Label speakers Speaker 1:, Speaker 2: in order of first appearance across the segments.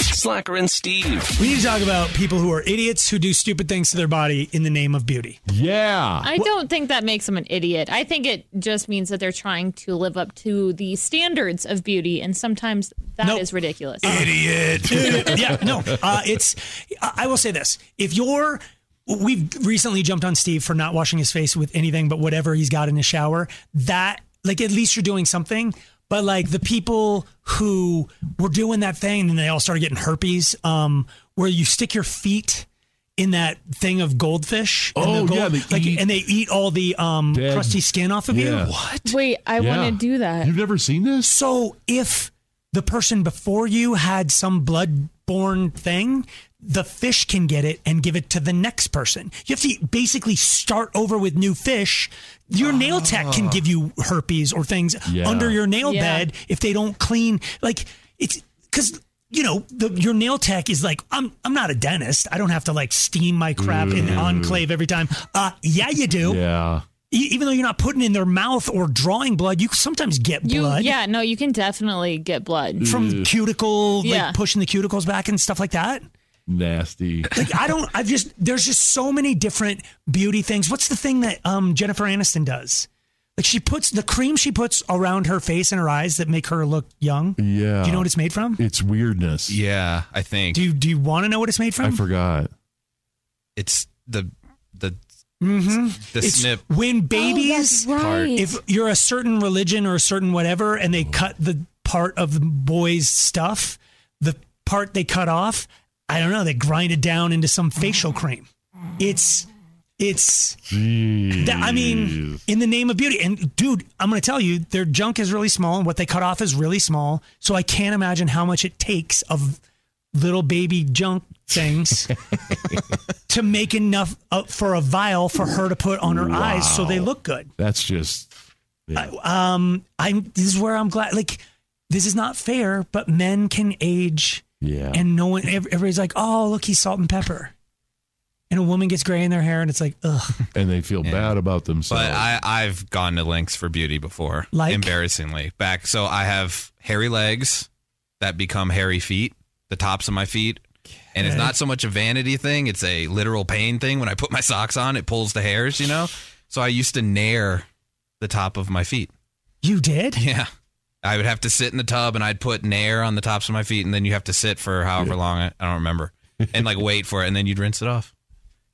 Speaker 1: Slacker and Steve.
Speaker 2: We need to talk about people who are idiots who do stupid things to their body in the name of beauty.
Speaker 3: Yeah.
Speaker 4: I don't think that makes them an idiot. I think it just means that they're trying to live up to the standards of beauty, and sometimes that is
Speaker 2: Nope.
Speaker 4: ridiculous.
Speaker 2: yeah, no, uh, it's. I I will say this: if you're, we've recently jumped on Steve for not washing his face with anything but whatever he's got in the shower. That, like, at least you're doing something. But like the people who were doing that thing, and they all started getting herpes, um, where you stick your feet. In that thing of goldfish, and
Speaker 3: Oh,
Speaker 2: the
Speaker 3: yeah, they
Speaker 2: like,
Speaker 3: eat-
Speaker 2: and they eat all the um,
Speaker 3: Dead.
Speaker 2: crusty skin off of
Speaker 3: Yeah.
Speaker 2: you. What?
Speaker 4: Wait, I
Speaker 3: Yeah.
Speaker 4: want to do that.
Speaker 3: You've never seen this?
Speaker 2: So if the person before you had some blood-borne thing, the fish can get it and give it to the next person. You have to basically start over with new fish. Your nail tech can give you herpes or things
Speaker 3: Ah. Yeah.
Speaker 2: under your nail
Speaker 4: Yeah.
Speaker 2: bed if they don't clean. Like it's because. You know, the, your nail tech is like I'm. I'm not a dentist. I don't have to like steam my crap in enclave every time. Uh, yeah, you do.
Speaker 3: Mm. Yeah.
Speaker 2: E- even though you're not putting in their mouth or drawing blood, you sometimes get
Speaker 4: You,
Speaker 2: blood
Speaker 4: yeah, no, you can definitely get blood.
Speaker 2: from cuticle,
Speaker 4: Yeah.
Speaker 2: like pushing the cuticles back and stuff like that.
Speaker 3: Nasty.
Speaker 2: Like I don't, I've just there's just so many different beauty things. What's the thing that um, Jennifer Aniston does? Like she puts the cream she puts around her face and her eyes that make her look young.
Speaker 3: Yeah.
Speaker 2: Do you know what it's made from?
Speaker 3: It's weirdness.
Speaker 5: Yeah, I think
Speaker 2: Do you do you want to know what it's made
Speaker 3: I
Speaker 2: from?
Speaker 3: forgot.
Speaker 5: it's the the
Speaker 2: mm-hmm.
Speaker 5: the
Speaker 2: it's
Speaker 5: snip.
Speaker 2: when
Speaker 4: oh, that's
Speaker 2: babies.
Speaker 4: right.
Speaker 2: if you're a certain religion or a certain whatever and they cut the part of the boy's stuff the part they cut off i don't know they grind it down into some facial cream it's it's
Speaker 3: Jeez.
Speaker 2: that, i mean in the name of beauty and dude i'm gonna tell you their junk is really small and what they cut off is really small so i can't imagine how much it takes of little baby junk things to make enough uh, for a vial for her to put on her eyes so they look good
Speaker 3: That's just.
Speaker 2: um i'm this is where i'm glad like this is not fair but men can age
Speaker 3: Yeah.
Speaker 2: and no one ev- everybody's like oh look he's salt and pepper and a woman gets gray in their hair and it's like ugh
Speaker 3: and they feel bad about themselves.
Speaker 5: But I I've gone to lengths for beauty before,
Speaker 2: Like?
Speaker 5: embarrassingly. Back so I have hairy legs that become hairy feet, the tops of my feet. And it's not so much a vanity thing, it's a literal pain thing. When I put my socks on, it pulls the hairs, you know? So I used to nair the top of my feet.
Speaker 2: you did
Speaker 5: Yeah. I would have to sit in the tub and I'd put Nair on the tops of my feet and then you have to sit for however long I, I don't remember and like wait for it and then you'd rinse it off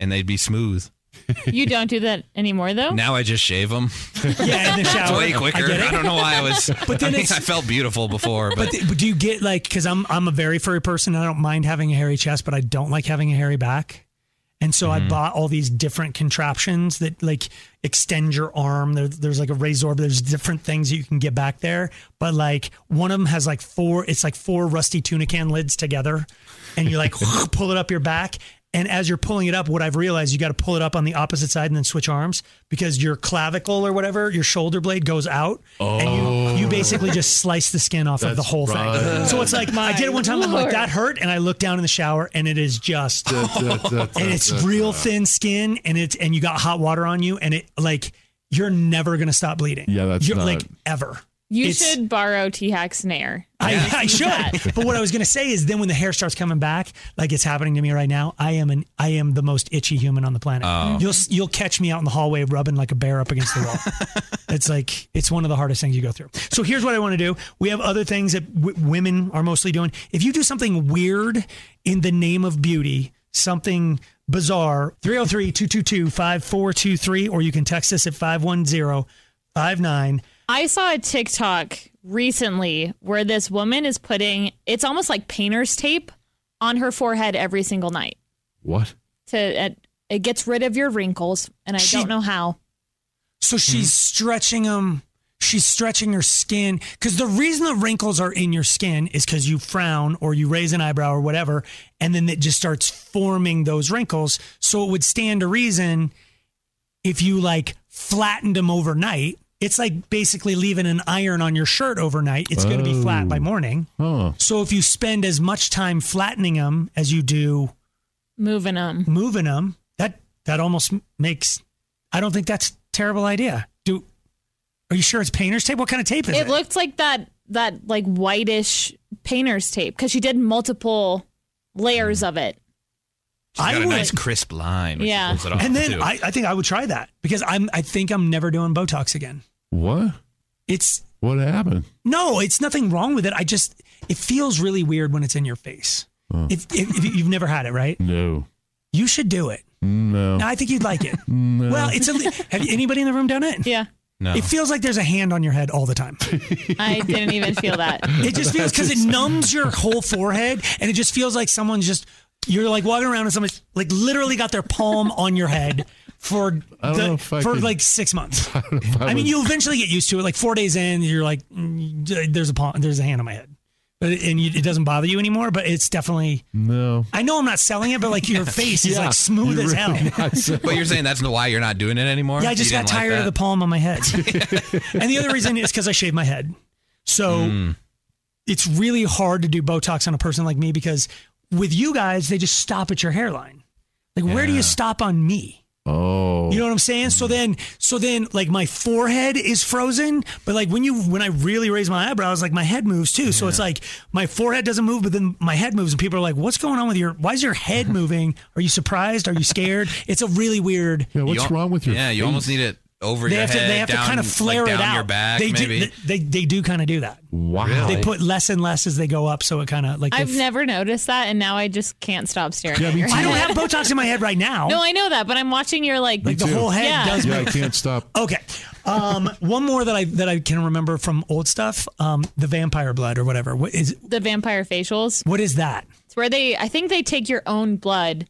Speaker 5: and they'd be smooth.
Speaker 4: you don't do that anymore, though.
Speaker 5: Now I just shave them.
Speaker 2: yeah in the
Speaker 5: It's
Speaker 2: shower
Speaker 5: way quicker.
Speaker 2: I get it.
Speaker 5: I, don't know why I was
Speaker 2: But then
Speaker 5: I, mean,
Speaker 2: it's-
Speaker 5: I felt beautiful before, but,
Speaker 2: but th- do you get like because i'm i'm a very furry person i don't mind having a hairy chest but i don't like having a hairy back and so i bought all these different contraptions that like extend your arm there, there's like a razor but there's different things that you can get back there but like one of them has like four it's like four rusty tunican lids together and you like pull it up your back and as you're pulling it up, what I've realized, you got to pull it up on the opposite side and then switch arms because your clavicle or whatever, your shoulder blade goes out, and you, you basically just slice the skin off of the
Speaker 3: That's
Speaker 2: whole thing.
Speaker 3: right.
Speaker 2: So it's like I did it one time. I'm like
Speaker 4: Lord.
Speaker 2: that hurt, and I looked down in the shower, and it is just and it's real thin skin, and it's and you got hot water on you, and it like you're never gonna stop bleeding.
Speaker 3: Yeah, that's
Speaker 2: you're
Speaker 3: not-
Speaker 2: like ever.
Speaker 4: You
Speaker 2: It's-
Speaker 4: should borrow T Hack snare.
Speaker 2: I, I
Speaker 4: that.
Speaker 2: should. but what I was going to say is then when the hair starts coming back, like it's happening to me right now, I am an I am the most itchy human on the planet. You'll s- you'll catch me out in the hallway rubbing like a bear up against the wall. it's like it's one of the hardest things you go through. So here's what I want to do. We have other things that w- women are mostly doing. If you do something weird in the name of beauty, something bizarre, 303-222-5423 or you can text us at 510 59
Speaker 4: I saw a TikTok recently where this woman is putting it's almost like painter's tape on her forehead every single night
Speaker 3: What?
Speaker 4: to it, it gets rid of your wrinkles and I
Speaker 2: She-
Speaker 4: don't know how.
Speaker 2: So she's stretching them. She's stretching her skin because the reason the wrinkles are in your skin is because you frown or you raise an eyebrow or whatever, and then it just starts forming those wrinkles. So it would stand to reason if you like flattened them overnight. It's like basically leaving an iron on your shirt overnight. It's going to be flat by
Speaker 3: Oh.
Speaker 2: morning.
Speaker 3: Oh,
Speaker 2: So if you spend as much time flattening them as you do
Speaker 4: Moving them.
Speaker 2: moving them, that that almost makes. I don't think that's a terrible idea. Do are you sure it's painter's tape? What kind of tape is it?
Speaker 4: It looked like that that like whitish painter's tape because she did multiple layers of it.
Speaker 5: She's got
Speaker 2: I
Speaker 5: a
Speaker 2: would,
Speaker 5: nice crisp line. When
Speaker 4: Yeah.
Speaker 5: She pulls it off
Speaker 2: and then
Speaker 5: too.
Speaker 2: I, I think I would try that because I'm. I think I'm never doing Botox again.
Speaker 3: what?
Speaker 2: It's
Speaker 3: What happened?
Speaker 2: no, it's nothing wrong with it. I just it feels really weird when it's in your face.
Speaker 3: Oh.
Speaker 2: If, if, if you've never had it, right?
Speaker 3: No.
Speaker 2: You should do it.
Speaker 3: No.
Speaker 2: I think you'd like it. Well, it's a. Have anybody in the room done it?
Speaker 4: Yeah.
Speaker 5: no.
Speaker 2: It feels like there's a hand on your head all the time.
Speaker 4: I didn't even feel that.
Speaker 2: It just feels because it numbs your whole forehead, and it just feels like someone's just you're like walking around and someone's like literally got their palm on your head for
Speaker 3: I don't know
Speaker 2: the,
Speaker 3: if I
Speaker 2: for
Speaker 3: could-
Speaker 2: like six months. I,
Speaker 3: If I
Speaker 2: mean,
Speaker 3: was-
Speaker 2: you eventually get used to it. Like four days in, you're like, "Mm, there's a palm, there's a hand on my head, but it- and you, it doesn't bother you anymore. But it's definitely.
Speaker 3: No.
Speaker 2: I know I'm not selling it, but like your face is
Speaker 3: Yeah,
Speaker 2: like smooth
Speaker 3: you
Speaker 2: as hell.
Speaker 3: really not said-
Speaker 5: but you're saying that's why you're not doing it anymore?
Speaker 2: Yeah, I just
Speaker 5: You
Speaker 2: got
Speaker 5: didn't like
Speaker 2: tired of
Speaker 5: that?
Speaker 2: the palm on my head. and the other reason is because I shave my head. So
Speaker 5: Mm-hmm. Hmm.
Speaker 2: it's really hard to do Botox on a person like me because with you guys, they just stop at your hairline. Like, where do you stop on me?
Speaker 3: oh.
Speaker 2: You know what I'm saying?
Speaker 5: Mm-hmm.
Speaker 2: So then, so then, like my forehead is frozen, but like when you when I really raise my eyebrows, like my head moves too. So it's like my forehead doesn't move, but then my head moves, and people are like, "What's going on with your? Why is your head moving? Are you surprised? Are you scared?" It's a really weird.
Speaker 3: yeah,
Speaker 5: You
Speaker 3: what's
Speaker 5: al-
Speaker 3: wrong with your
Speaker 5: Yeah, you
Speaker 3: face?
Speaker 5: almost need it over
Speaker 2: they
Speaker 5: your
Speaker 2: have to
Speaker 5: head.
Speaker 2: they have
Speaker 5: down,
Speaker 2: to kind of flare
Speaker 5: like,
Speaker 2: it
Speaker 5: down
Speaker 2: out.
Speaker 5: Your back,
Speaker 2: they
Speaker 5: maybe.
Speaker 2: do they they do kind of do that.
Speaker 3: Wow.
Speaker 5: Really?
Speaker 2: They put less and less as they go up, so it kind of like they
Speaker 4: I've
Speaker 2: f-
Speaker 4: never noticed that and now I just can't stop staring
Speaker 3: Yeah,
Speaker 4: at
Speaker 3: me
Speaker 4: your
Speaker 3: too.
Speaker 2: I
Speaker 4: head.
Speaker 2: don't have Botox in my head right now.
Speaker 4: No, I know that, but I'm watching your like
Speaker 2: like the
Speaker 3: too.
Speaker 2: whole head
Speaker 4: Yeah.
Speaker 2: does.
Speaker 3: yeah, I can't stop.
Speaker 2: Okay, um, one more that I that I can remember from old stuff, um, the vampire blood or whatever. What is
Speaker 4: the vampire facials.
Speaker 2: what is that?
Speaker 4: It's where they, I think they take your own blood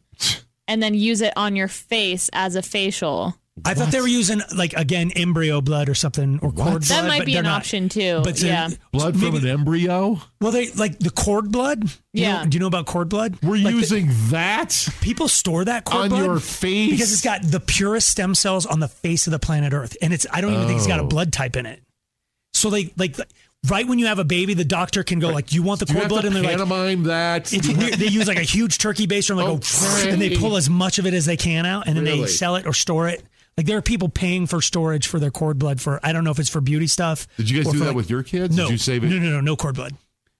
Speaker 4: and then use it on your face as a facial.
Speaker 2: I thought they were using like again embryo blood or something or cord blood.
Speaker 4: That
Speaker 2: but
Speaker 4: might be
Speaker 2: they're
Speaker 4: an
Speaker 2: not.
Speaker 4: option too.
Speaker 2: But to-
Speaker 4: yeah.
Speaker 3: Blood from an embryo?
Speaker 2: Well, they like the cord blood. You
Speaker 4: Yeah.
Speaker 2: know, do you know about cord blood?
Speaker 3: We're
Speaker 2: Like the-
Speaker 3: using that?
Speaker 2: people store that cord
Speaker 3: On
Speaker 2: blood
Speaker 3: your face?
Speaker 2: because it's got the purest stem cells on the face of the planet Earth, and it's I don't even think it's got a
Speaker 3: Oh.
Speaker 2: blood type in it. So they like right when you have a baby, the doctor can go like, "You want the
Speaker 3: Do you
Speaker 2: cord
Speaker 3: have
Speaker 2: blood?"
Speaker 3: to
Speaker 2: And they're like,
Speaker 3: pantomime that? Oh,
Speaker 2: it's weird. they use like a huge turkey baster and like
Speaker 3: Okay.
Speaker 2: a, and they pull as much of it as they can out, and then they
Speaker 3: Really?
Speaker 2: sell it or store it. Like there are people paying for storage for their cord blood for I don't know if it's for beauty stuff.
Speaker 3: Did you guys
Speaker 2: or
Speaker 3: do
Speaker 2: for,
Speaker 3: that
Speaker 2: like-
Speaker 3: with your kids?
Speaker 2: No,
Speaker 3: Did you save it?
Speaker 2: no, no, no, no cord blood.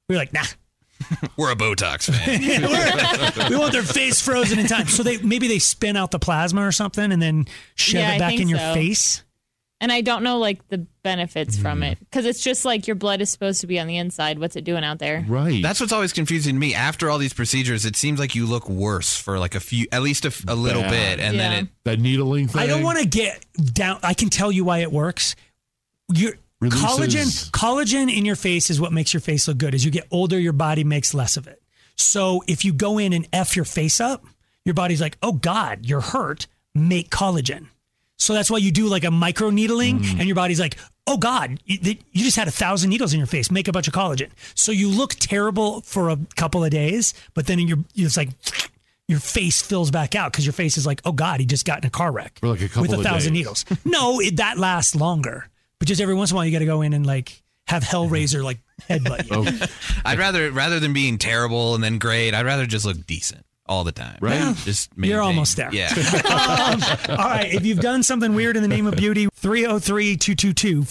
Speaker 2: We were like, nah.
Speaker 5: We're a Botox fan.
Speaker 2: we want their face frozen in time. So they maybe they spin out the plasma or something and then shove
Speaker 4: Yeah,
Speaker 2: it
Speaker 4: I
Speaker 2: back
Speaker 4: think
Speaker 2: in your
Speaker 4: so.
Speaker 2: face.
Speaker 4: And I don't know like the benefits
Speaker 2: Hmm.
Speaker 4: from it because it's just like your blood is supposed to be on the inside. What's it doing out there?
Speaker 3: Right.
Speaker 5: That's what's always confusing to me. After all these procedures, it seems like you look worse for like a few, at least a, f- a little
Speaker 3: Bad.
Speaker 5: bit, and
Speaker 4: Yeah.
Speaker 5: then it.
Speaker 3: that needling thing.
Speaker 2: I don't want to get down. I can tell you why it works. Your
Speaker 3: Releases-
Speaker 2: collagen, collagen in your face is what makes your face look good. As you get older, your body makes less of it. So if you go in and f your face up, your body's like, oh god, you're hurt. Make collagen. So that's why you do like a micro needling, and your body's like, oh god, you, th- you just had a thousand needles in your face. Make a bunch of collagen. So you look terrible for a couple of days, but then your it's like. Your face fills back out because your face is like, oh God, he just got in a car wreck
Speaker 3: For like a couple
Speaker 2: with a
Speaker 3: of
Speaker 2: thousand
Speaker 3: days.
Speaker 2: needles. No, it, that lasts longer. But just every once in a while, you got to go in and like have Hellraiser like headbutt you.
Speaker 3: Oh,
Speaker 5: I'd rather rather than being terrible and then great, I'd rather just look decent. all the time.
Speaker 6: Right. Yeah.
Speaker 5: Just
Speaker 2: You're
Speaker 5: maintain.
Speaker 2: almost there.
Speaker 5: Yeah.
Speaker 7: Um,
Speaker 2: Um, All right. If you've done something weird in the name of beauty, 303 222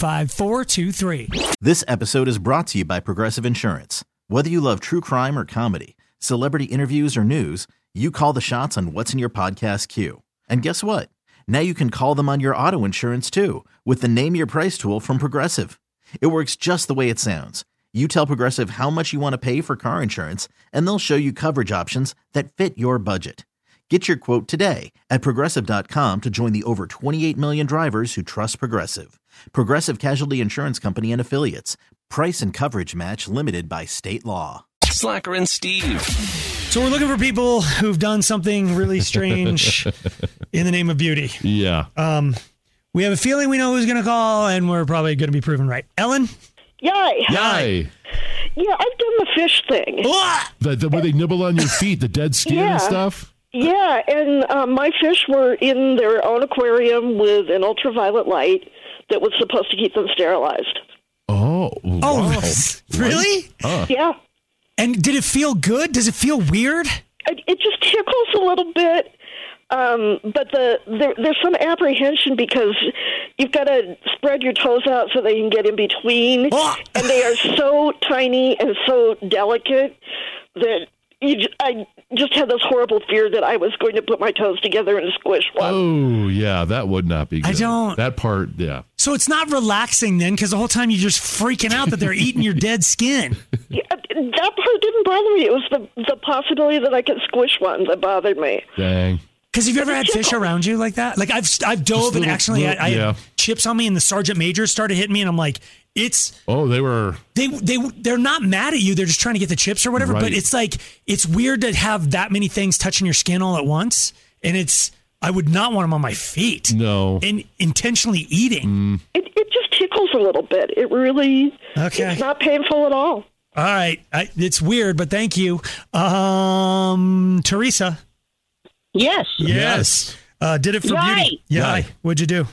Speaker 2: 5423.
Speaker 6: This episode is brought to you by Progressive Insurance. Whether you love true crime or comedy, celebrity interviews or news, you call the shots on what's in your podcast queue. And guess what? Now you can call them on your auto insurance too with the Name Your Price tool from Progressive. It works just the way it sounds. You tell Progressive how much you want to pay for car insurance, and they'll show you coverage options that fit your budget. Get your quote today at progressive.com to join the over 28 million drivers who trust Progressive. Progressive Casualty Insurance Company and Affiliates. Price and coverage match limited by state law.
Speaker 1: Slacker and Steve.
Speaker 2: So we're looking for people who've done something really strange in the name of beauty. Um,
Speaker 3: Yeah.
Speaker 2: We have a feeling we know who's going to call, and we're probably going to be proven right. Ellen?
Speaker 7: Yay.
Speaker 3: Yay.
Speaker 7: Yeah, I've done the fish thing.
Speaker 2: Ah!
Speaker 3: The, the, where they nibble on your feet, the dead skin
Speaker 7: Yeah.
Speaker 3: and stuff.
Speaker 7: Yeah, and uh, my fish were in their own aquarium with an ultraviolet light that was supposed to keep them sterilized.
Speaker 3: Oh.
Speaker 2: Oh,
Speaker 3: wow.
Speaker 2: really?
Speaker 7: Yeah.
Speaker 2: And did it feel good? Does it feel weird?
Speaker 7: It, it just tickles a little bit. Um, but the there, there's some apprehension because you've got to spread your toes out so they can get in between,
Speaker 2: Ah!
Speaker 7: and they are so tiny and so delicate that you j- I just had this horrible fear that I was going to put my toes together and squish one.
Speaker 3: Oh, yeah. That would not be good.
Speaker 2: I don't-
Speaker 3: That part, yeah.
Speaker 2: So it's not relaxing then, because the whole time you're just freaking out that they're eating your dead skin.
Speaker 7: Yeah, that part didn't bother me. It was the the possibility that I could squish one that bothered me.
Speaker 3: Dang.
Speaker 2: Because have you ever had fish around you like that? Like I've I've dove and
Speaker 3: little-
Speaker 2: actually
Speaker 3: little-
Speaker 2: I, I
Speaker 3: yeah.
Speaker 2: had chips on me, and the sergeant major started hitting me, and I'm like, it's
Speaker 3: Oh, they were.
Speaker 2: they they they're not mad at you. They're just trying to get the chips or whatever. But
Speaker 3: Right.
Speaker 2: it's like it's weird to have that many things touching your skin all at once, and it's I would not want them on my feet
Speaker 3: No.
Speaker 2: and intentionally eating.
Speaker 3: Mm.
Speaker 7: It it just tickles a little bit. It really
Speaker 2: Okay.
Speaker 7: it's not painful at all.
Speaker 2: All right, I, it's weird, but thank you, um, Teresa.
Speaker 8: Yes.
Speaker 3: Yes.
Speaker 2: Uh, did it for beauty.
Speaker 8: Right.
Speaker 2: Yeah.
Speaker 3: Right.
Speaker 2: What'd you do?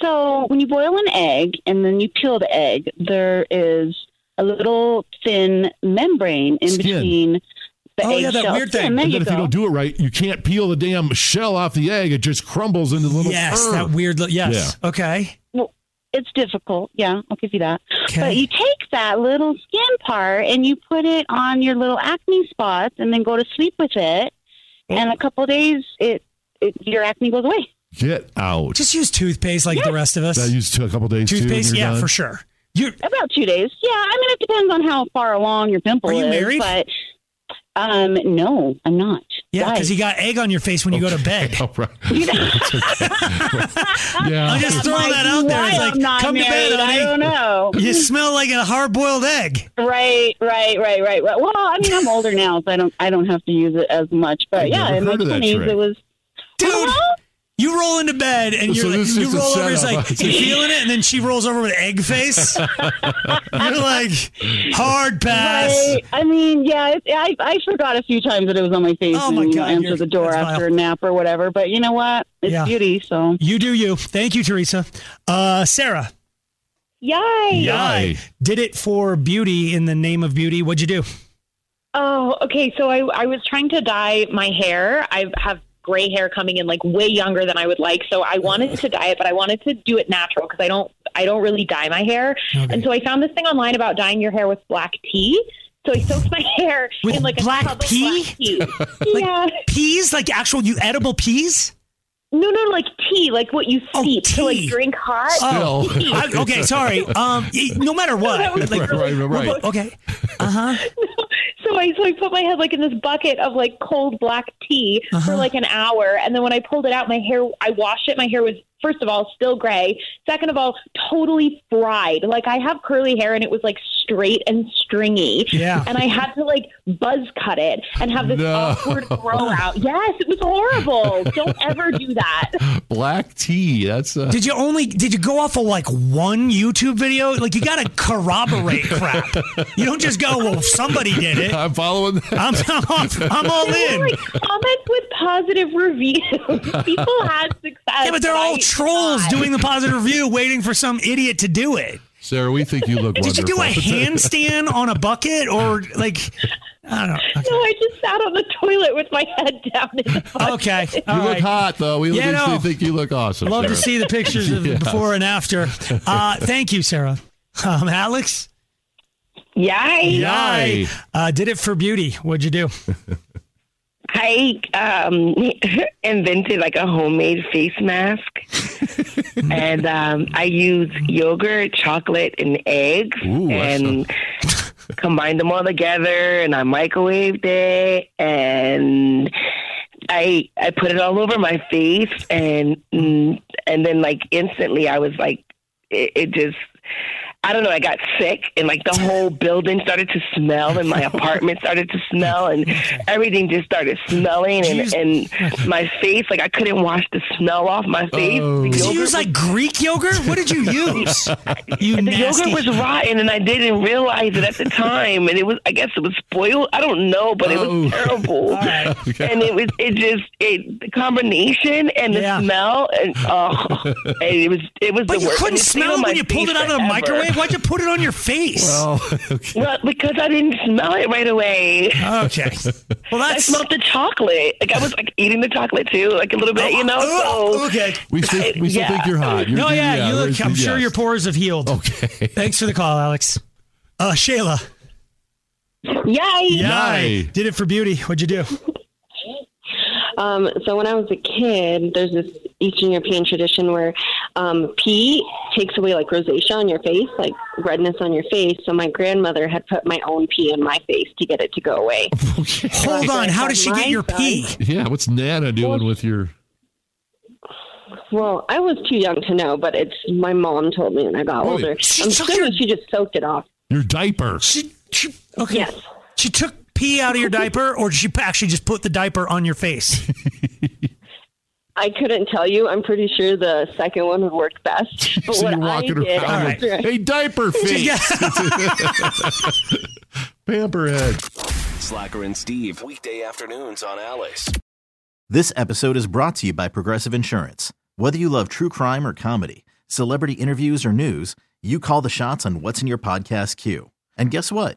Speaker 8: So when you boil an egg and then you peel the egg, there is a little thin membrane in
Speaker 3: Skin.
Speaker 8: between the
Speaker 2: Oh,
Speaker 8: egg
Speaker 2: yeah, that
Speaker 8: shell.
Speaker 2: weird thing.
Speaker 8: And there
Speaker 3: And
Speaker 8: you
Speaker 3: then if
Speaker 8: go.
Speaker 3: you don't do it right, you can't peel the damn shell off the egg. It just crumbles into little.
Speaker 2: Yes,
Speaker 3: Urgh.
Speaker 2: that weird. Li- yes. Okay.
Speaker 8: well, it's difficult. Yeah, I'll give you that.
Speaker 2: Okay.
Speaker 8: But you take that little skin part and you put it on your little acne spots, and then go to sleep with it.
Speaker 2: Oh.
Speaker 8: And a couple days, it, it your acne goes away.
Speaker 3: Get out.
Speaker 2: Just use toothpaste like the rest of us.
Speaker 3: that used to a couple days.
Speaker 2: toothpaste,
Speaker 3: too, and you're
Speaker 2: yeah,
Speaker 3: done?
Speaker 2: for sure. You
Speaker 8: About two days. Yeah, I mean it depends on how far along your pimple
Speaker 2: Are you
Speaker 8: is.
Speaker 2: married?
Speaker 8: But um, no, I'm not.
Speaker 2: yeah,
Speaker 8: Why?
Speaker 2: because you got egg on your face when you go to bed.
Speaker 3: Oh, right. yeah.
Speaker 2: I'm just throwing
Speaker 8: Like,
Speaker 2: that out there.
Speaker 8: why
Speaker 2: It's like,
Speaker 8: I'm not
Speaker 2: come to
Speaker 8: married,
Speaker 2: bed,
Speaker 8: I
Speaker 2: honey.
Speaker 8: don't know.
Speaker 2: You smell like a hard-boiled egg.
Speaker 8: Right, right, right, right, right. Well, I mean, I'm older now, so I don't, I don't have to use it as much. But
Speaker 3: I've
Speaker 8: yeah,
Speaker 3: never
Speaker 8: in my
Speaker 3: heard of that
Speaker 8: twenties,
Speaker 3: trick.
Speaker 8: it was.
Speaker 2: Dude.
Speaker 8: Well,
Speaker 2: You roll into bed and you're
Speaker 3: So
Speaker 2: like,
Speaker 3: this is
Speaker 2: you
Speaker 3: just a
Speaker 2: roll over. It's
Speaker 3: setup.
Speaker 2: like you feeling it, and then she rolls over with egg face. you're like hard pass.
Speaker 8: I, I mean, yeah, it, I, I forgot a few times that it was on my face
Speaker 2: Oh
Speaker 8: and
Speaker 2: my
Speaker 8: you
Speaker 2: God,
Speaker 8: know, answered
Speaker 2: you're-
Speaker 8: the door
Speaker 2: that's
Speaker 8: after
Speaker 2: vile.
Speaker 8: a nap or whatever. But you know what? It's
Speaker 2: Yeah.
Speaker 8: beauty, so
Speaker 2: You do you. Thank you, Teresa. Uh, Sarah.
Speaker 7: Yay!
Speaker 3: Yay.
Speaker 2: Did it for beauty in the name of beauty. What'd you do?
Speaker 9: Oh, okay. So I, I was trying to dye my hair. I have gray hair coming in like way younger than I would like. So I wanted to dye it, but I wanted to do it natural because I don't I don't really dye my hair. And so I found this thing online about dyeing your hair with black tea. So I soaked my hair
Speaker 2: With
Speaker 9: in like
Speaker 2: black
Speaker 9: a tub of
Speaker 2: pea?
Speaker 9: black tea. yeah.
Speaker 2: Peas, like actual you edible peas?
Speaker 9: No, no, like tea, like what you
Speaker 2: Oh,
Speaker 9: steep to
Speaker 2: tea.
Speaker 9: like drink hot.
Speaker 2: Oh,
Speaker 3: Still.
Speaker 2: I- okay, sorry. Um, y- no matter what, like,
Speaker 3: right, right, right, right.
Speaker 2: okay, uh huh.
Speaker 9: So I so I put my head like in this bucket of like cold black tea
Speaker 2: Uh-huh.
Speaker 9: for like an hour, and then when I pulled it out, my hair I washed it. My hair was first of all still gray, second of all totally fried. Like I have curly hair, and it was like straight and stringy.
Speaker 2: Yeah.
Speaker 9: And I had to like buzz cut it and have this
Speaker 3: No.
Speaker 9: awkward grow out. Yes, it was horrible. Don't ever do that.
Speaker 3: Black tea. That's uh,
Speaker 2: Did you only did you go off of like one YouTube video? Like you gotta corroborate crap. You don't just go, well, somebody did it.
Speaker 3: I'm following. That.
Speaker 2: I'm I'm, off- I'm all in.
Speaker 9: Like comments with positive reviews. People had success.
Speaker 2: Yeah, but they're all
Speaker 9: I-
Speaker 2: trolls doing the positive review, waiting for some idiot to do it.
Speaker 3: Sarah, we think you look
Speaker 2: Did you
Speaker 3: wonderful.
Speaker 2: do a handstand on a bucket or like? I don't know.
Speaker 9: No, I just sat on the toilet with my head down. In the bucket.
Speaker 2: Okay,
Speaker 3: You look hot, though. We
Speaker 2: Yeah,
Speaker 3: obviously
Speaker 2: no.
Speaker 3: think you look awesome.
Speaker 2: Love to
Speaker 3: Sarah.
Speaker 2: see the pictures of
Speaker 3: Yeah.
Speaker 2: before and after. Uh, thank you, Sarah. Um, Alex.
Speaker 8: Yay!
Speaker 2: Yay. Uh, did it for beauty. What'd you do?
Speaker 10: I um, invented like a homemade face mask, and um, I used yogurt, chocolate, and eggs, and combined them all together. And I microwaved it, and I I put it all over my face, and mm, and then like instantly I was like, it, it just. I don't know. I got sick, and like the whole building started to smell, and my apartment started to smell, and everything just started smelling, and, and my face like I couldn't wash the smell off my face. The
Speaker 2: Oh. Did you
Speaker 10: yogurt
Speaker 2: use like Greek yogurt? What did you use? You
Speaker 10: and the
Speaker 2: nasty-
Speaker 10: yogurt was rotten, and I didn't realize it at the time. And it was—I guess it was spoiled. I don't know, but it
Speaker 2: Oh.
Speaker 10: was terrible. And it was—it just—it the combination and the smell, and oh, and it was—it was.
Speaker 2: But
Speaker 10: the
Speaker 2: you
Speaker 10: worst. And
Speaker 2: couldn't
Speaker 10: it stayed
Speaker 2: smell
Speaker 10: on
Speaker 2: it when
Speaker 10: my
Speaker 2: you pulled
Speaker 10: face
Speaker 2: it out of the
Speaker 10: forever.
Speaker 2: microwave. Why'd you put it on your face? Well,
Speaker 10: Well, because I didn't smell it right away.
Speaker 2: Okay. Oh, Well,
Speaker 10: I smelled the chocolate. Like I was like eating the chocolate too, like a little bit, you know. So
Speaker 2: Oh, okay.
Speaker 3: We still, we still
Speaker 10: Uh, Yeah.
Speaker 3: think you're hot. You're,
Speaker 2: no, yeah, you
Speaker 3: we're-
Speaker 2: look. I'm sure
Speaker 3: yes.
Speaker 2: your pores have healed.
Speaker 3: Okay.
Speaker 2: Thanks for the call, Alex. Uh, Shayla.
Speaker 11: Yay!
Speaker 2: Yay. Did it for beauty. What'd you do?
Speaker 11: Um, so when I was a kid, there's this Eastern European tradition where um, pee takes away like rosacea on your face, like redness on your face. So my grandmother had put my own pee in my face to get it to go away.
Speaker 2: Hold on. How did she get your pee?
Speaker 3: Yeah, what's Nana doing with your?
Speaker 11: Well, I was too young to know, but it's my mom told me when I got
Speaker 3: Wait.
Speaker 11: older.
Speaker 3: She
Speaker 11: I'm
Speaker 3: took
Speaker 11: assuming she just soaked it off.
Speaker 3: Your diaper.
Speaker 2: Okay. She took pee out of your diaper, or did she actually just put the diaper on your face?
Speaker 11: I couldn't tell you. I'm pretty sure the second one would work best. But
Speaker 3: So
Speaker 11: what
Speaker 3: you're walking
Speaker 11: I did,
Speaker 3: around with a diaper face. Pamperhead.
Speaker 1: Slacker and Steve, weekday afternoons on Alice.
Speaker 6: This episode is brought to you by Progressive Insurance. Whether you love true crime or comedy, celebrity interviews or news, you call the shots on what's in your podcast queue. And guess what?